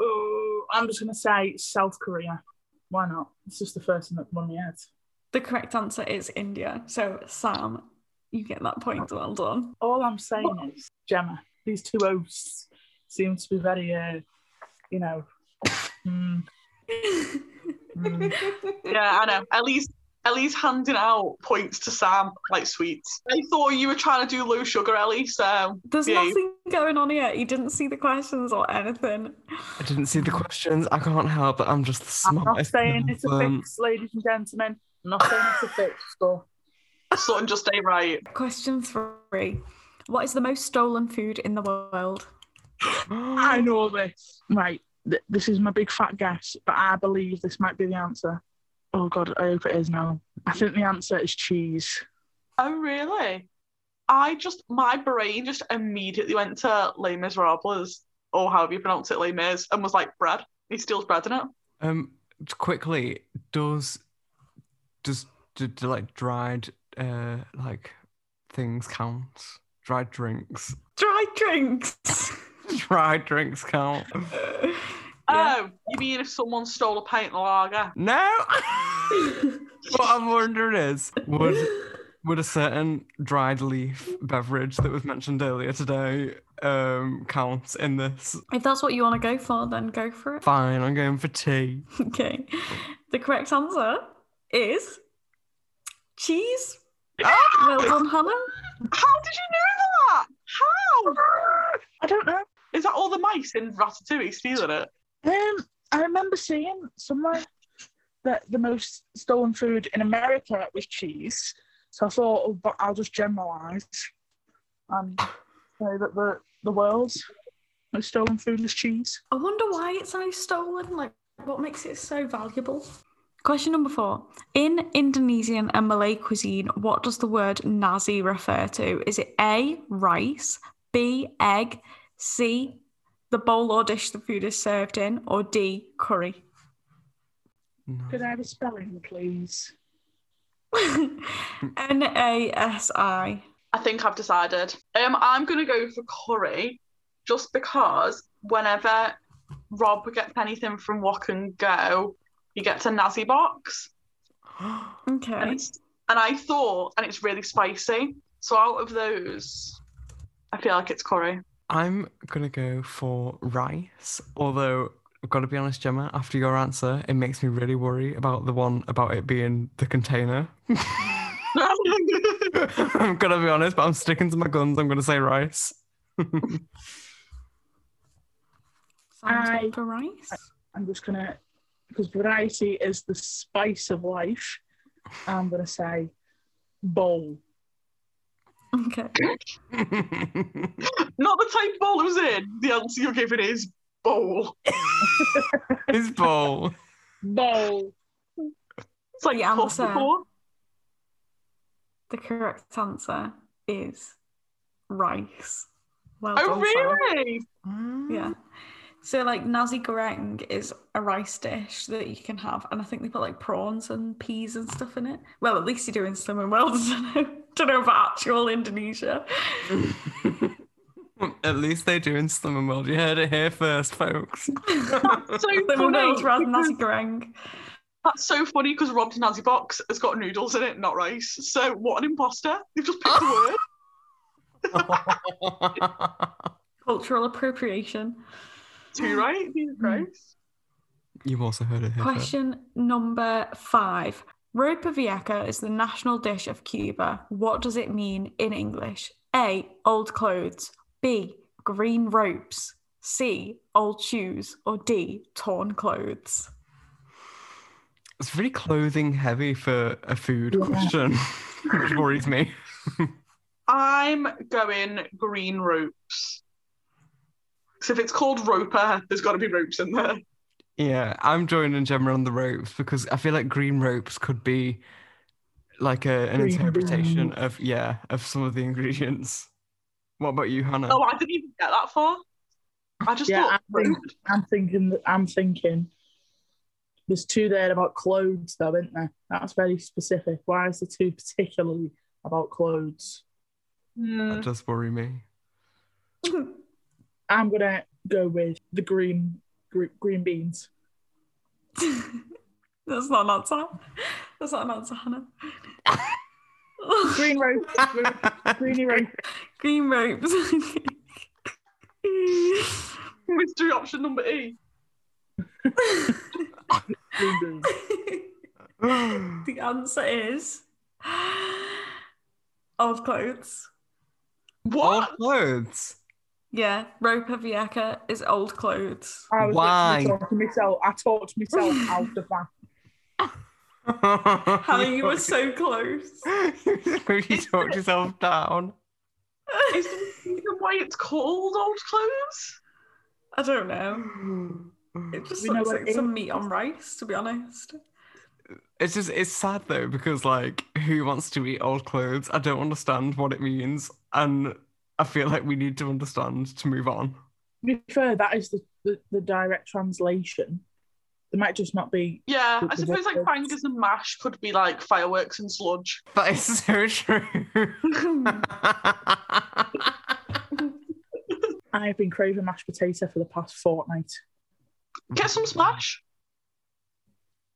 Speaker 5: Oh, I'm just going to say South Korea. Why not? It's just the first thing that won me head.
Speaker 2: the correct answer is India. So, Sam, you get that point. Well done.
Speaker 5: All I'm saying is, Gemma, these two hosts seem to be very, uh, you know, mm, mm.
Speaker 3: Yeah, I know. At least. Ellie's handing out points to Sam like sweets. I thought you were trying to do low sugar, Ellie. So
Speaker 2: There's
Speaker 3: Yeah, you-
Speaker 2: nothing going on here. You didn't see the questions or anything.
Speaker 1: I didn't see the questions. I can't help it. I'm just the
Speaker 5: I'm not Um,
Speaker 1: smartest.
Speaker 5: saying it's a
Speaker 1: person.
Speaker 5: fix, ladies and gentlemen. I'm not saying it's a fix. So
Speaker 3: Sutton just stay right.
Speaker 2: Question three. What is the most stolen food in the world?
Speaker 5: I know this.
Speaker 4: Right, th- this is my big fat guess, but I believe this might be the answer. Oh God, I hope it is now. I think the answer is cheese.
Speaker 3: Oh really? I just my brain just immediately went to Les Miserables or however you pronounce it, Les Mis, and was like bread. He steals bread in it.
Speaker 1: Um, quickly, does does do, do, like dried uh like things count? Dried drinks,
Speaker 2: Dry drinks.
Speaker 1: dried drinks count?
Speaker 3: Oh, you mean if someone stole a pint of lager?
Speaker 1: No. what I'm wondering is, would would a certain dried leaf beverage that was mentioned earlier today um count in this?
Speaker 2: If that's what you want to go for, then go for it.
Speaker 1: Fine, I'm going for tea.
Speaker 2: Okay. The correct answer is cheese. Well done, Hannah.
Speaker 3: How did you know that?
Speaker 4: I don't know.
Speaker 3: How is that all the mice in Ratatouille stealing it?
Speaker 4: Um, I remember seeing somewhere that the most stolen food in America was cheese. So I thought, oh, but I'll just generalise and say that the the world's most stolen food is cheese.
Speaker 2: I wonder why it's so stolen. Like, what makes it so valuable? Question number four. In Indonesian and Malay cuisine, what does the word nasi refer to? Is it A, rice, B, egg, C, the bowl or dish the food is served in, or D, curry?
Speaker 1: No.
Speaker 4: Could I have a spelling, please?
Speaker 2: N A S I.
Speaker 3: I think I've decided. Um, I'm gonna go for curry, just because whenever Rob gets anything from Wok and Go, he gets a nazi box,
Speaker 2: Okay.
Speaker 3: And, it's, and I thought, and it's really spicy. So out of those, I feel like it's curry.
Speaker 1: I'm gonna go for rice. Although I've got to be honest, Gemma, after your answer, it makes me really worry about the one about it being the container. I'm gonna be honest, but I'm sticking to my guns. I'm gonna say rice.
Speaker 2: Sounds
Speaker 5: I-
Speaker 2: good for rice.
Speaker 5: I'm just gonna because variety is the spice of life. I'm gonna say bowl.
Speaker 2: Okay.
Speaker 1: it's
Speaker 3: Not the type bowl I was in. The answer you're giving is bowl.
Speaker 1: bowl.
Speaker 5: Bowl.
Speaker 3: It's like
Speaker 2: The answer.
Speaker 3: puff before.
Speaker 2: The correct answer is rice. Well
Speaker 3: Oh,
Speaker 2: done, Sarah.
Speaker 3: really?
Speaker 2: Yeah. So like nasi goreng is a rice dish that you can have, and I think they put like prawns and peas and stuff in it. Well, at least you're doing something well. Don't know, don't know about actual Indonesia.
Speaker 1: At least they do in Slimmerworld. You heard it here first, folks.
Speaker 3: That's so
Speaker 2: Slimming rather than nasi
Speaker 3: funny.
Speaker 2: goreng.
Speaker 3: That's so funny because Rob's Nazi box has got noodles in it, not rice. So what an imposter. They've just picked a
Speaker 2: Ah!
Speaker 3: word.
Speaker 2: Cultural appropriation. Mm.
Speaker 3: Two right? Jesus Christ.
Speaker 1: You've also heard it here first.
Speaker 2: Question number five. Ropa Vieja is the national dish of Cuba. What does it mean in English? A. Old clothes. B. Green ropes. C. Old shoes. Or D. Torn clothes.
Speaker 1: It's very clothing heavy for a food question, which worries me.
Speaker 3: I'm going green ropes. So if it's called roper, there's got to be ropes in there.
Speaker 1: Yeah, I'm joining Gemma on the ropes because I feel like green ropes could be like a, an
Speaker 5: Green
Speaker 1: interpretation of yeah of some of the ingredients. What about you, Hannah?
Speaker 3: Oh, I didn't even get that far. I just
Speaker 5: Yeah,
Speaker 3: thought
Speaker 5: I think-
Speaker 3: rope.
Speaker 5: I'm thinking that I'm thinking there's two there about clothes though, isn't there? That's very specific. Why is the two particularly about clothes?
Speaker 3: Hmm.
Speaker 2: um,
Speaker 1: That does worry me.
Speaker 5: I'm gonna go with the green gr- green beans.
Speaker 2: That's not an answer. That's not an answer, Hannah.
Speaker 5: Green rope, greeny rope.
Speaker 2: Green ropes.
Speaker 3: mystery option number E.
Speaker 5: Green beans.
Speaker 2: the answer is old clothes.
Speaker 1: Old
Speaker 2: Oh.
Speaker 3: What?
Speaker 1: clothes.
Speaker 2: Yeah, Ropa Vieca is old clothes.
Speaker 5: I was
Speaker 1: Why?
Speaker 5: literally talking to myself. I talked myself out of that.
Speaker 2: Hannah, you were so close.
Speaker 1: you talked yourself down.
Speaker 3: Is there a reason why it's called old clothes?
Speaker 2: I don't know. It just
Speaker 5: We know
Speaker 2: looks
Speaker 5: what
Speaker 2: like
Speaker 5: it
Speaker 2: some meat on rice, to be honest.
Speaker 1: It's just it's sad though because like who wants to eat old clothes? I don't understand what it means, and I feel like we need to understand to move on.
Speaker 5: To be fair, that is the, the, the direct translation. There might just not be.
Speaker 3: Yeah, I
Speaker 5: Because
Speaker 3: suppose like
Speaker 5: it's-
Speaker 3: bangers and mash could be like fireworks and sludge.
Speaker 1: That is so true.
Speaker 5: I have been craving mashed potato for the past fortnight.
Speaker 3: Get some smash.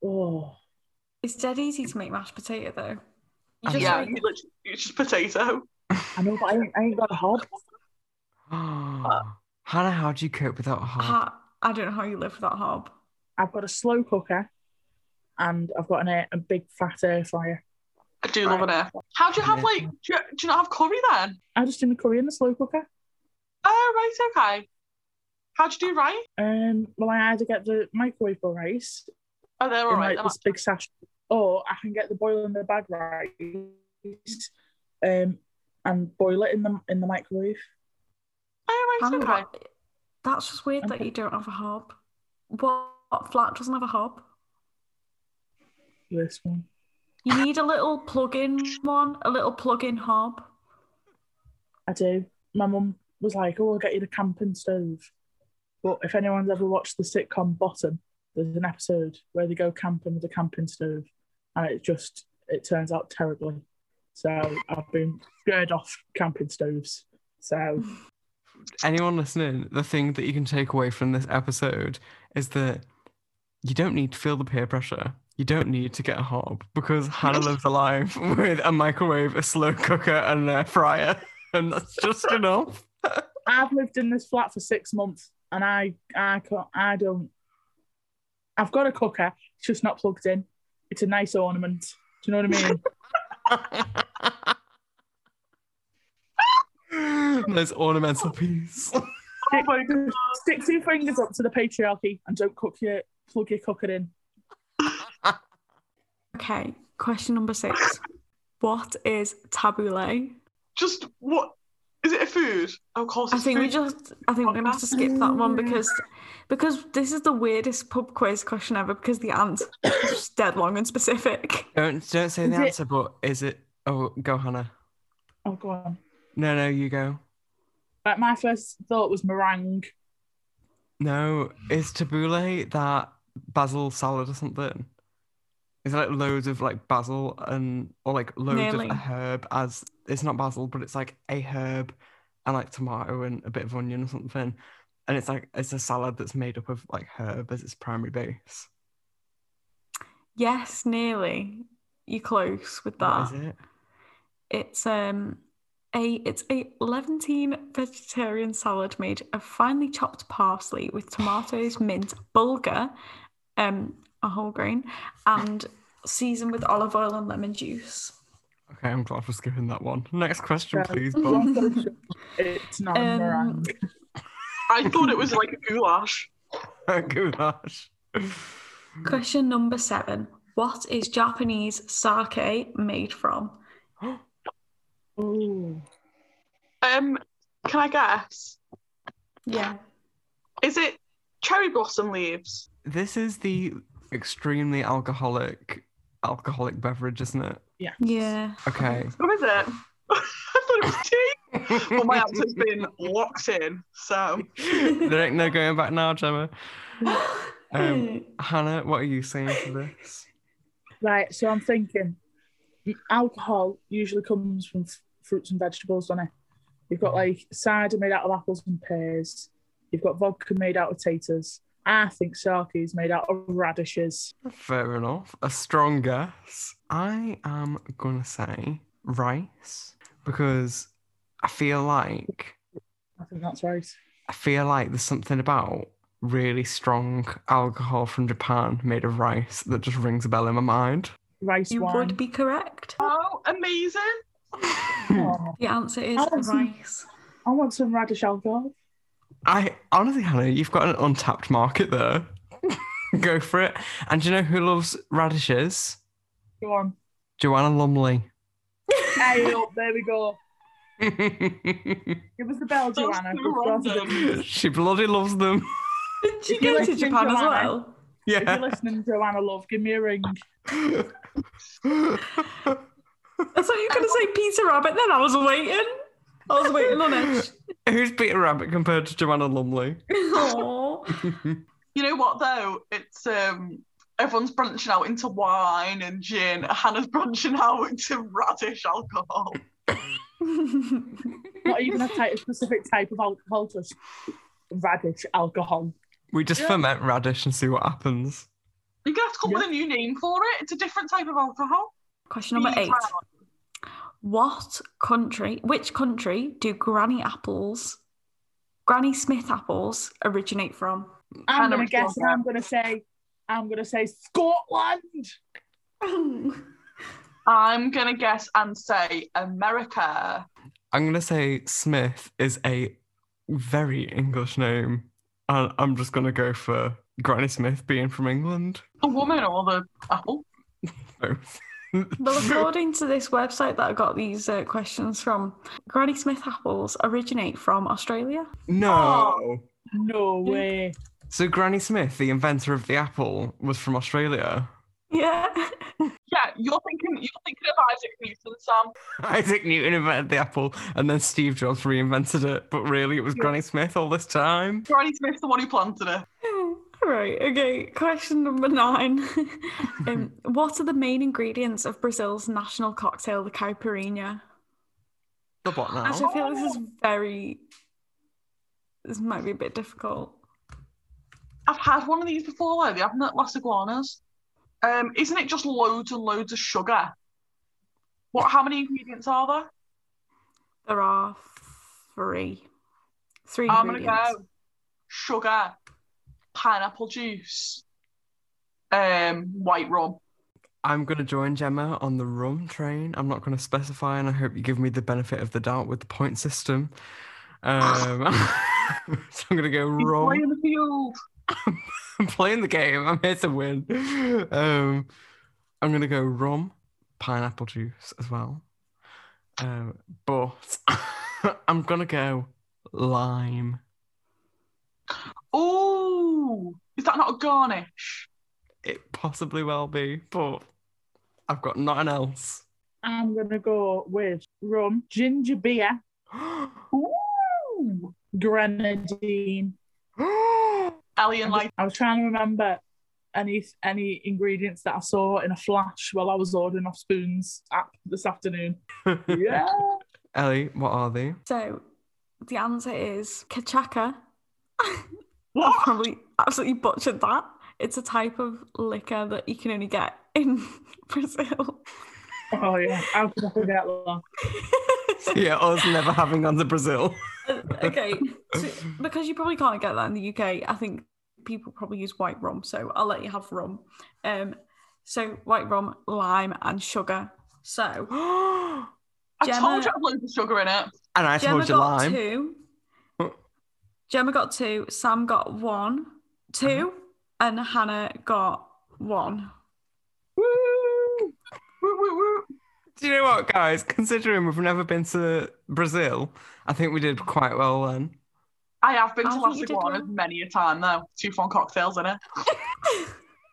Speaker 5: Oh,
Speaker 2: It's dead easy to make mashed potato, though. You just
Speaker 3: yeah,
Speaker 2: like-
Speaker 3: you literally, it's just potato.
Speaker 5: I know, but I ain't, I ain't got a hob.
Speaker 1: Hannah, how do you cope without a heart?
Speaker 2: ha- I don't know how you live without hob.
Speaker 5: I've got a slow cooker, and I've got an air, a big fat air fryer.
Speaker 3: I do love an air. How do you have like? Do you, do you not have curry then?
Speaker 5: I just in the curry in the slow cooker.
Speaker 3: Oh right, okay. How do you do right?
Speaker 5: Um, well, I either get the microwave rice
Speaker 3: Oh, they're all
Speaker 5: in
Speaker 3: right.
Speaker 5: like this big sash, or I can get the boil in the bag rice, um, and boil it in the in the microwave.
Speaker 3: Oh right,
Speaker 2: Hannah,
Speaker 3: okay.
Speaker 2: that- that's just weird that you don't have a hob. What, what flat doesn't have a hob?
Speaker 5: This one.
Speaker 2: You need a little plug-in one, a little plug-in hob.
Speaker 5: I do. My mum was like, "Oh, I'll get you the camping stove." But if anyone's ever watched the sitcom Bottom, there's an episode where they go camping with a camping stove, and it just it turns out terribly. So I've been scared off camping stoves. So
Speaker 1: Anyone listening, the thing that you can take away from this episode is that you don't need to feel the peer pressure. you don't need to get a hob because Hannah lives alive with a microwave, a slow cooker, and an air fryer, and that's just enough.
Speaker 5: I've lived in this flat for six months, and I I can't I don't. I've got a cooker. It's just not plugged in. It's a nice ornament. Do you know what I mean?
Speaker 1: Nice ornamental piece.
Speaker 5: stick, stick two fingers up to the patriarchy and don't cook your plug your cooker in.
Speaker 2: Okay, question number six. What is tabbouleh?
Speaker 3: Just what is it a food? Oh, of course.
Speaker 2: I
Speaker 3: it's
Speaker 2: think we
Speaker 3: food.
Speaker 2: just I think we're gonna have to skip that one because because this is the weirdest pub quiz question ever because the answer is just dead long and specific.
Speaker 1: Don't don't say the
Speaker 5: Is it-
Speaker 1: answer, but is it? Oh, go Hannah.
Speaker 5: Oh, go on.
Speaker 1: No, no, you go.
Speaker 5: Like my first thought was meringue.
Speaker 1: No, is tabbouleh that basil salad or something? Is it like loads of like basil and or like loads
Speaker 2: Nearly.
Speaker 1: of a herb as it's not basil, but it's like a herb and like tomato and a bit of onion or something. And it's like it's a salad that's made up of like herb as its primary base.
Speaker 2: Yes, nearly. You're close with that.
Speaker 1: What is it?
Speaker 2: It's um a it's a Levantine vegetarian salad made of finely chopped parsley with tomatoes, mint, bulgur, um, a whole grain, and seasoned with olive oil and lemon juice.
Speaker 1: Okay, I'm glad we're skipping that one. Next question,
Speaker 5: Yeah.
Speaker 1: please, Bob.
Speaker 5: it's not a
Speaker 2: Um,
Speaker 5: meringue.
Speaker 3: I thought it was like a goulash.
Speaker 1: Goulash.
Speaker 2: Question number seven. What is Japanese sake made from?
Speaker 5: Ooh.
Speaker 3: Um, can I guess?
Speaker 2: Yeah.
Speaker 3: Is it cherry blossom leaves?
Speaker 1: This is the extremely alcoholic alcoholic beverage, isn't it?
Speaker 2: Yeah.
Speaker 1: Okay.
Speaker 3: What is it? I thought it was tea. Well, my answer's been locked in. So
Speaker 1: there ain't no going back now, Gemma. Um, Hannah, what are you saying for this?
Speaker 5: Right, so I'm thinking alcohol usually comes from f- fruits and vegetables, doesn't it? You've got like cider made out of apples and pears. You've got vodka made out of taters. I think sake is made out of radishes.
Speaker 1: Fair enough. A strong guess. I am gonna say rice because I feel like
Speaker 5: I think that's right.
Speaker 1: I feel like there's something about really strong alcohol from Japan made of rice that just rings a bell in my mind.
Speaker 5: Rice
Speaker 2: You
Speaker 5: wine.
Speaker 2: would be correct.
Speaker 3: oh, amazing!
Speaker 5: Oh,
Speaker 2: The answer is
Speaker 5: I don't see-
Speaker 2: rice.
Speaker 5: I want some radish alcohol.
Speaker 1: I honestly, Hannah, you've got an untapped market there. Go for it. And do you know who loves radishes?
Speaker 5: Go on.
Speaker 1: Joanna Lumley.
Speaker 5: Hey, up, there we go. Give us the bell,
Speaker 3: That's
Speaker 5: Joanna.
Speaker 3: so
Speaker 5: We've got to do-
Speaker 3: random.
Speaker 1: she bloody loves them.
Speaker 5: If
Speaker 2: Did you
Speaker 5: you
Speaker 2: go to
Speaker 5: listened to
Speaker 2: Japan as
Speaker 5: Joanna-
Speaker 2: well?
Speaker 5: If you're
Speaker 1: Yeah.
Speaker 5: listening, Joanna, love, give me a ring.
Speaker 1: Who
Speaker 2: I thought you were going to say Peter Rabbit then. I was waiting. I was waiting on it.
Speaker 1: Who's Peter Rabbit compared to Joanna Lumley?
Speaker 2: Aw.
Speaker 3: You know what though? It's um everyone's branching out into wine and gin. Hannah's branching out into radish alcohol.
Speaker 5: Not even a, type, a specific type of alcohol, just radish alcohol.
Speaker 1: we just
Speaker 3: Yeah.
Speaker 1: ferment radish and see what happens.
Speaker 3: You're gonna have to come up with a new name for it. It's a different type of alcohol.
Speaker 2: Question number eight. What country, which country do granny apples, Granny Smith apples originate from?
Speaker 5: I'm
Speaker 3: Hannah,
Speaker 5: gonna
Speaker 3: what's your
Speaker 5: guess, and I'm gonna say, I'm gonna say Scotland.
Speaker 2: Um,
Speaker 3: I'm gonna guess and say America.
Speaker 1: I'm going to say Smith is a very English name. And I'm just going to go for Granny Smith being from England.
Speaker 3: The woman or the apple?
Speaker 1: Both.
Speaker 2: Well, according to this website that I got these uh, questions from, Granny Smith apples originate from Australia.
Speaker 1: no.
Speaker 5: No way.
Speaker 1: So Granny Smith, the inventor of the apple, was from Australia.
Speaker 2: Yeah.
Speaker 3: Yeah, you're thinking you're thinking of Isaac Newton, Sam.
Speaker 1: Isaac Newton invented the apple, and then Steve Jobs reinvented it. But really, it was Granny Smith all this time.
Speaker 3: Granny Smith's the one who planted it.
Speaker 2: right. Okay. Question number nine. um, what are the main ingredients of Brazil's national cocktail, the caipirinha?
Speaker 1: The bot now.
Speaker 2: Actually, I feel this is very. This might be a bit difficult.
Speaker 3: I've had one of these before, though. They haven't at Las Iguanas. Um, isn't it just loads and loads of sugar? What? How many ingredients are there?
Speaker 2: There are three. Three
Speaker 3: I'm gonna
Speaker 2: ingredients.
Speaker 3: go sugar, pineapple juice, um, white rum.
Speaker 1: I'm going to join Gemma on the rum train. I'm not going to specify, and I hope you give me the benefit of the doubt with the point system. Um, so I'm going to go
Speaker 3: He's
Speaker 1: rum.
Speaker 3: playing the field.
Speaker 1: I'm playing the game. I'm here to win. Um, I'm gonna go rum, pineapple juice as well. Um, but I'm gonna go lime.
Speaker 3: Ooh, is that not a garnish?
Speaker 1: It possibly well be, but I've got nothing else.
Speaker 5: I'm gonna go with rum, ginger beer,
Speaker 3: Ooh,
Speaker 5: grenadine.
Speaker 3: Ellie and like
Speaker 5: I was trying to remember any any ingredients that I saw in a flash while I was ordering off Spoons app this afternoon. Yeah.
Speaker 1: Ellie, what are they?
Speaker 2: So the answer is kachaka. I
Speaker 5: what?
Speaker 2: probably absolutely butchered that. It's a type of liquor that you can only get in Brazil.
Speaker 5: Oh yeah. How could I forget that?
Speaker 1: Yeah, us never having gone to Brazil.
Speaker 2: Uh, okay, so, because you probably can't get that in the UK, I think people probably use white rum, so I'll let you have rum. Um, so white rum, lime, and sugar. So
Speaker 1: and
Speaker 3: I
Speaker 2: Gemma-
Speaker 3: told you I had loads of sugar in it.
Speaker 1: I
Speaker 2: Gemma
Speaker 1: told you
Speaker 2: got
Speaker 1: lime.
Speaker 2: two. Gemma got two. Sam got one, two, and Hannah got one.
Speaker 3: Woo, woo, woo.
Speaker 1: Do you know what, guys? Considering we've never been to Brazil, I think we did quite well then.
Speaker 3: I have been
Speaker 2: I
Speaker 3: to
Speaker 2: think you
Speaker 3: Lassie
Speaker 2: did
Speaker 3: One
Speaker 2: well.
Speaker 3: many a time though. Two fun cocktails in it.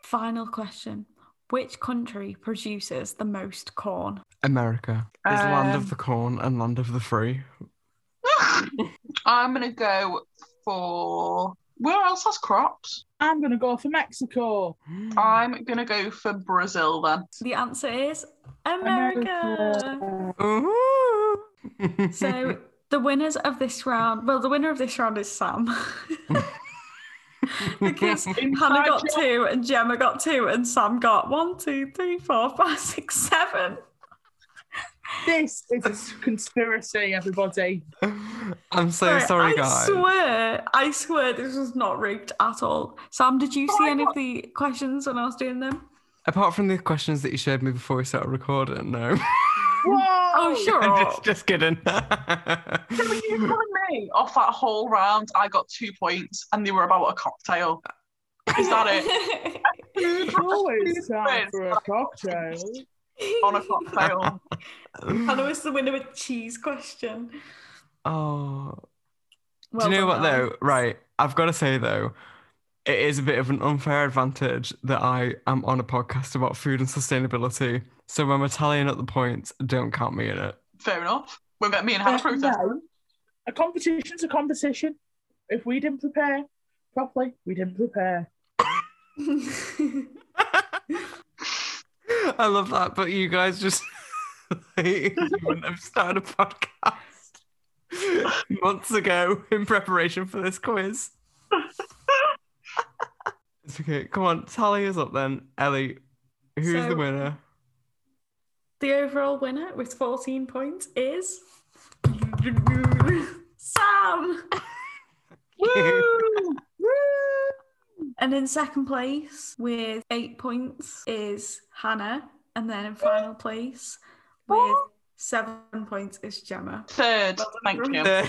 Speaker 2: Final question: Which country produces the most corn?
Speaker 1: America is land
Speaker 3: Um,
Speaker 1: of the corn and land of the free.
Speaker 3: I'm gonna go for where else has crops?
Speaker 5: I'm gonna go for Mexico.
Speaker 2: Hmm.
Speaker 3: I'm gonna go for Brazil then.
Speaker 2: The answer is America.
Speaker 1: Ooh.
Speaker 2: So the winners of this round, well, the winner of this round is Sam. because Hannah
Speaker 3: Inside
Speaker 2: got
Speaker 3: joke.
Speaker 2: two and Gemma got two and Sam got one, two, three, four, five, six, seven.
Speaker 5: This is a conspiracy, everybody.
Speaker 1: I'm so
Speaker 2: Right,
Speaker 1: sorry,
Speaker 2: I
Speaker 1: guys.
Speaker 2: swear, I swear this was not rigged at all. Sam, did you see
Speaker 3: I
Speaker 2: any of the questions when I was doing them?
Speaker 1: Apart from the questions that you shared me before we started recording, no.
Speaker 5: Whoa!
Speaker 2: Oh, sure.
Speaker 1: I'm just, just kidding.
Speaker 3: So were you telling me off that whole round I got two points and they were about a cocktail? Is that it?
Speaker 2: it?
Speaker 5: Oh, It's always time for a cocktail.
Speaker 3: On a cocktail.
Speaker 2: Hannah was the winner with cheese question.
Speaker 1: oh.
Speaker 2: Well
Speaker 1: Do you know
Speaker 2: done,
Speaker 1: what
Speaker 2: Hannah.
Speaker 1: though? Right, I've got to say though, it is a bit of an unfair advantage that I am on a podcast about food and sustainability. So when we're tallying up the points, don't count me in it.
Speaker 3: Fair enough. We'll get me and Hannah protest.
Speaker 5: No. A competition's a competition. If we didn't prepare properly, we didn't prepare.
Speaker 1: I love that, but you guys just you wouldn't have started a podcast months ago in preparation for this quiz. it's okay. Come on, tally us up then, Ellie. Who's the
Speaker 2: So-
Speaker 1: winner?
Speaker 2: The overall winner with 14 points is Sam.
Speaker 1: Woo!
Speaker 2: And in second place with eight points is Hannah. And then in final place with seven points is Gemma.
Speaker 3: Third,
Speaker 2: Well done,
Speaker 3: thank you.
Speaker 1: Third,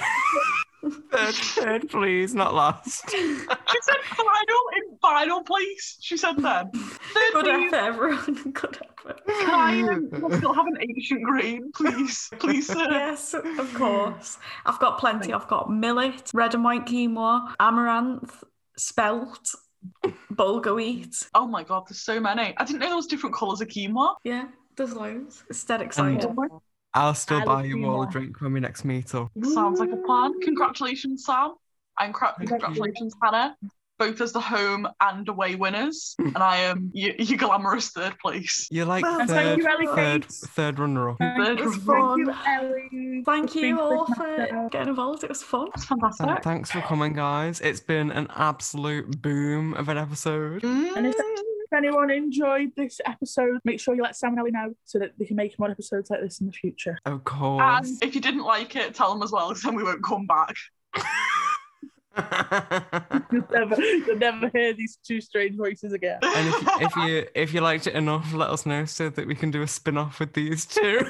Speaker 1: third, third, please, not last.
Speaker 3: She said final in final place. She said then. Third,
Speaker 2: Good
Speaker 3: please.
Speaker 2: effort, everyone. Good effort.
Speaker 3: Can I um, still have an ancient grain, please? Please, sir.
Speaker 2: Yes, of course. I've got plenty. I've got millet, red and white quinoa, amaranth, spelt, bulgur wheat.
Speaker 3: Oh my god, there's so many. I didn't know there was different colours of quinoa.
Speaker 2: Yeah, there's loads. It's dead exciting.
Speaker 1: I'll still
Speaker 5: I
Speaker 1: buy
Speaker 5: love
Speaker 1: you
Speaker 5: you
Speaker 1: all a
Speaker 5: more.
Speaker 1: drink when we next meet up.
Speaker 3: Sounds like a plan. Congratulations, Sam. And cra- congratulations, Hannah. Both as the home and away winners. And I am you, you glamorous third place.
Speaker 1: You're like
Speaker 2: Well,
Speaker 1: third,
Speaker 2: thank
Speaker 5: you, Ellie, Uh,
Speaker 1: third,
Speaker 5: thanks.
Speaker 1: third runner up.
Speaker 5: Thank
Speaker 3: It
Speaker 5: you,
Speaker 3: was
Speaker 5: thank you,
Speaker 2: fun.
Speaker 5: Ellie.
Speaker 2: Thank
Speaker 5: It's been
Speaker 2: you all
Speaker 5: good
Speaker 2: for
Speaker 5: matter.
Speaker 2: getting involved. It was fun.
Speaker 3: That's fantastic.
Speaker 1: Uh, thanks for coming, guys. It's been an absolute boom of an episode.
Speaker 3: Mm.
Speaker 5: And if if anyone enjoyed this episode, make sure you let Sam and Ellie know so that they can make more episodes like this in the future.
Speaker 1: Of course.
Speaker 3: And if you didn't like it, tell them as well, because then we won't come back.
Speaker 5: You'll never, you'll never hear these two strange voices again.
Speaker 1: And if, if you if you liked it enough, let us know so that we can do a spin-off with these two.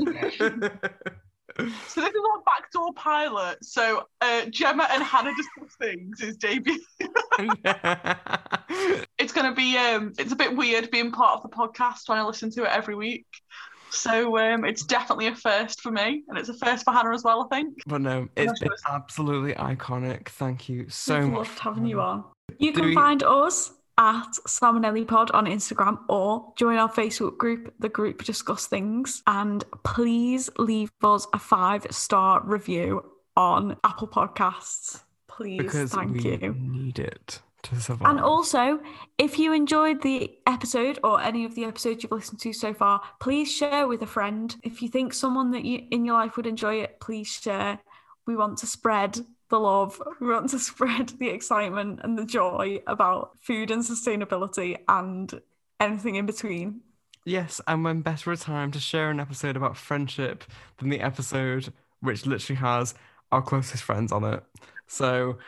Speaker 3: So this is our backdoor pilot. So uh, Gemma and Hannah discuss things is debut.
Speaker 1: uh,
Speaker 3: It's gonna be um, it's a bit weird being part of the podcast when I listen to it every week. So um, it's definitely a first for me, and it's a first for Hannah as well. I think.
Speaker 1: but no, it's been absolutely iconic. Thank you so
Speaker 2: We've
Speaker 1: much.
Speaker 2: loved
Speaker 1: for
Speaker 2: having
Speaker 1: coming
Speaker 2: you
Speaker 1: on.
Speaker 2: on. You
Speaker 1: Do
Speaker 2: can
Speaker 1: we-
Speaker 2: find us at Salmonelli Pod on Instagram or join our Facebook group, The Group Discuss Things. And please leave us a five star review on Apple Podcasts. Please,
Speaker 1: because
Speaker 2: thank
Speaker 1: we
Speaker 2: you.
Speaker 1: need it to survive.
Speaker 2: And also, if you enjoyed the episode or any of the episodes you've listened to so far, please share with a friend. If you think someone that you in your life would enjoy it, please share. We want to spread the love. We want to spread the excitement and the joy about food and sustainability and anything in between.
Speaker 1: Yes, and when better a time to share an episode about friendship than the episode which literally has our closest friends on it. So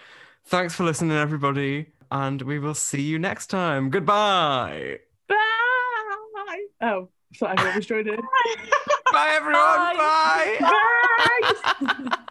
Speaker 1: thanks for listening, everybody, and we will see you next time. Goodbye.
Speaker 5: Bye. Oh, I thought everyone was joined in.
Speaker 1: Bye, everyone.
Speaker 2: Bye.
Speaker 1: Bye.
Speaker 5: Bye.
Speaker 2: Bye.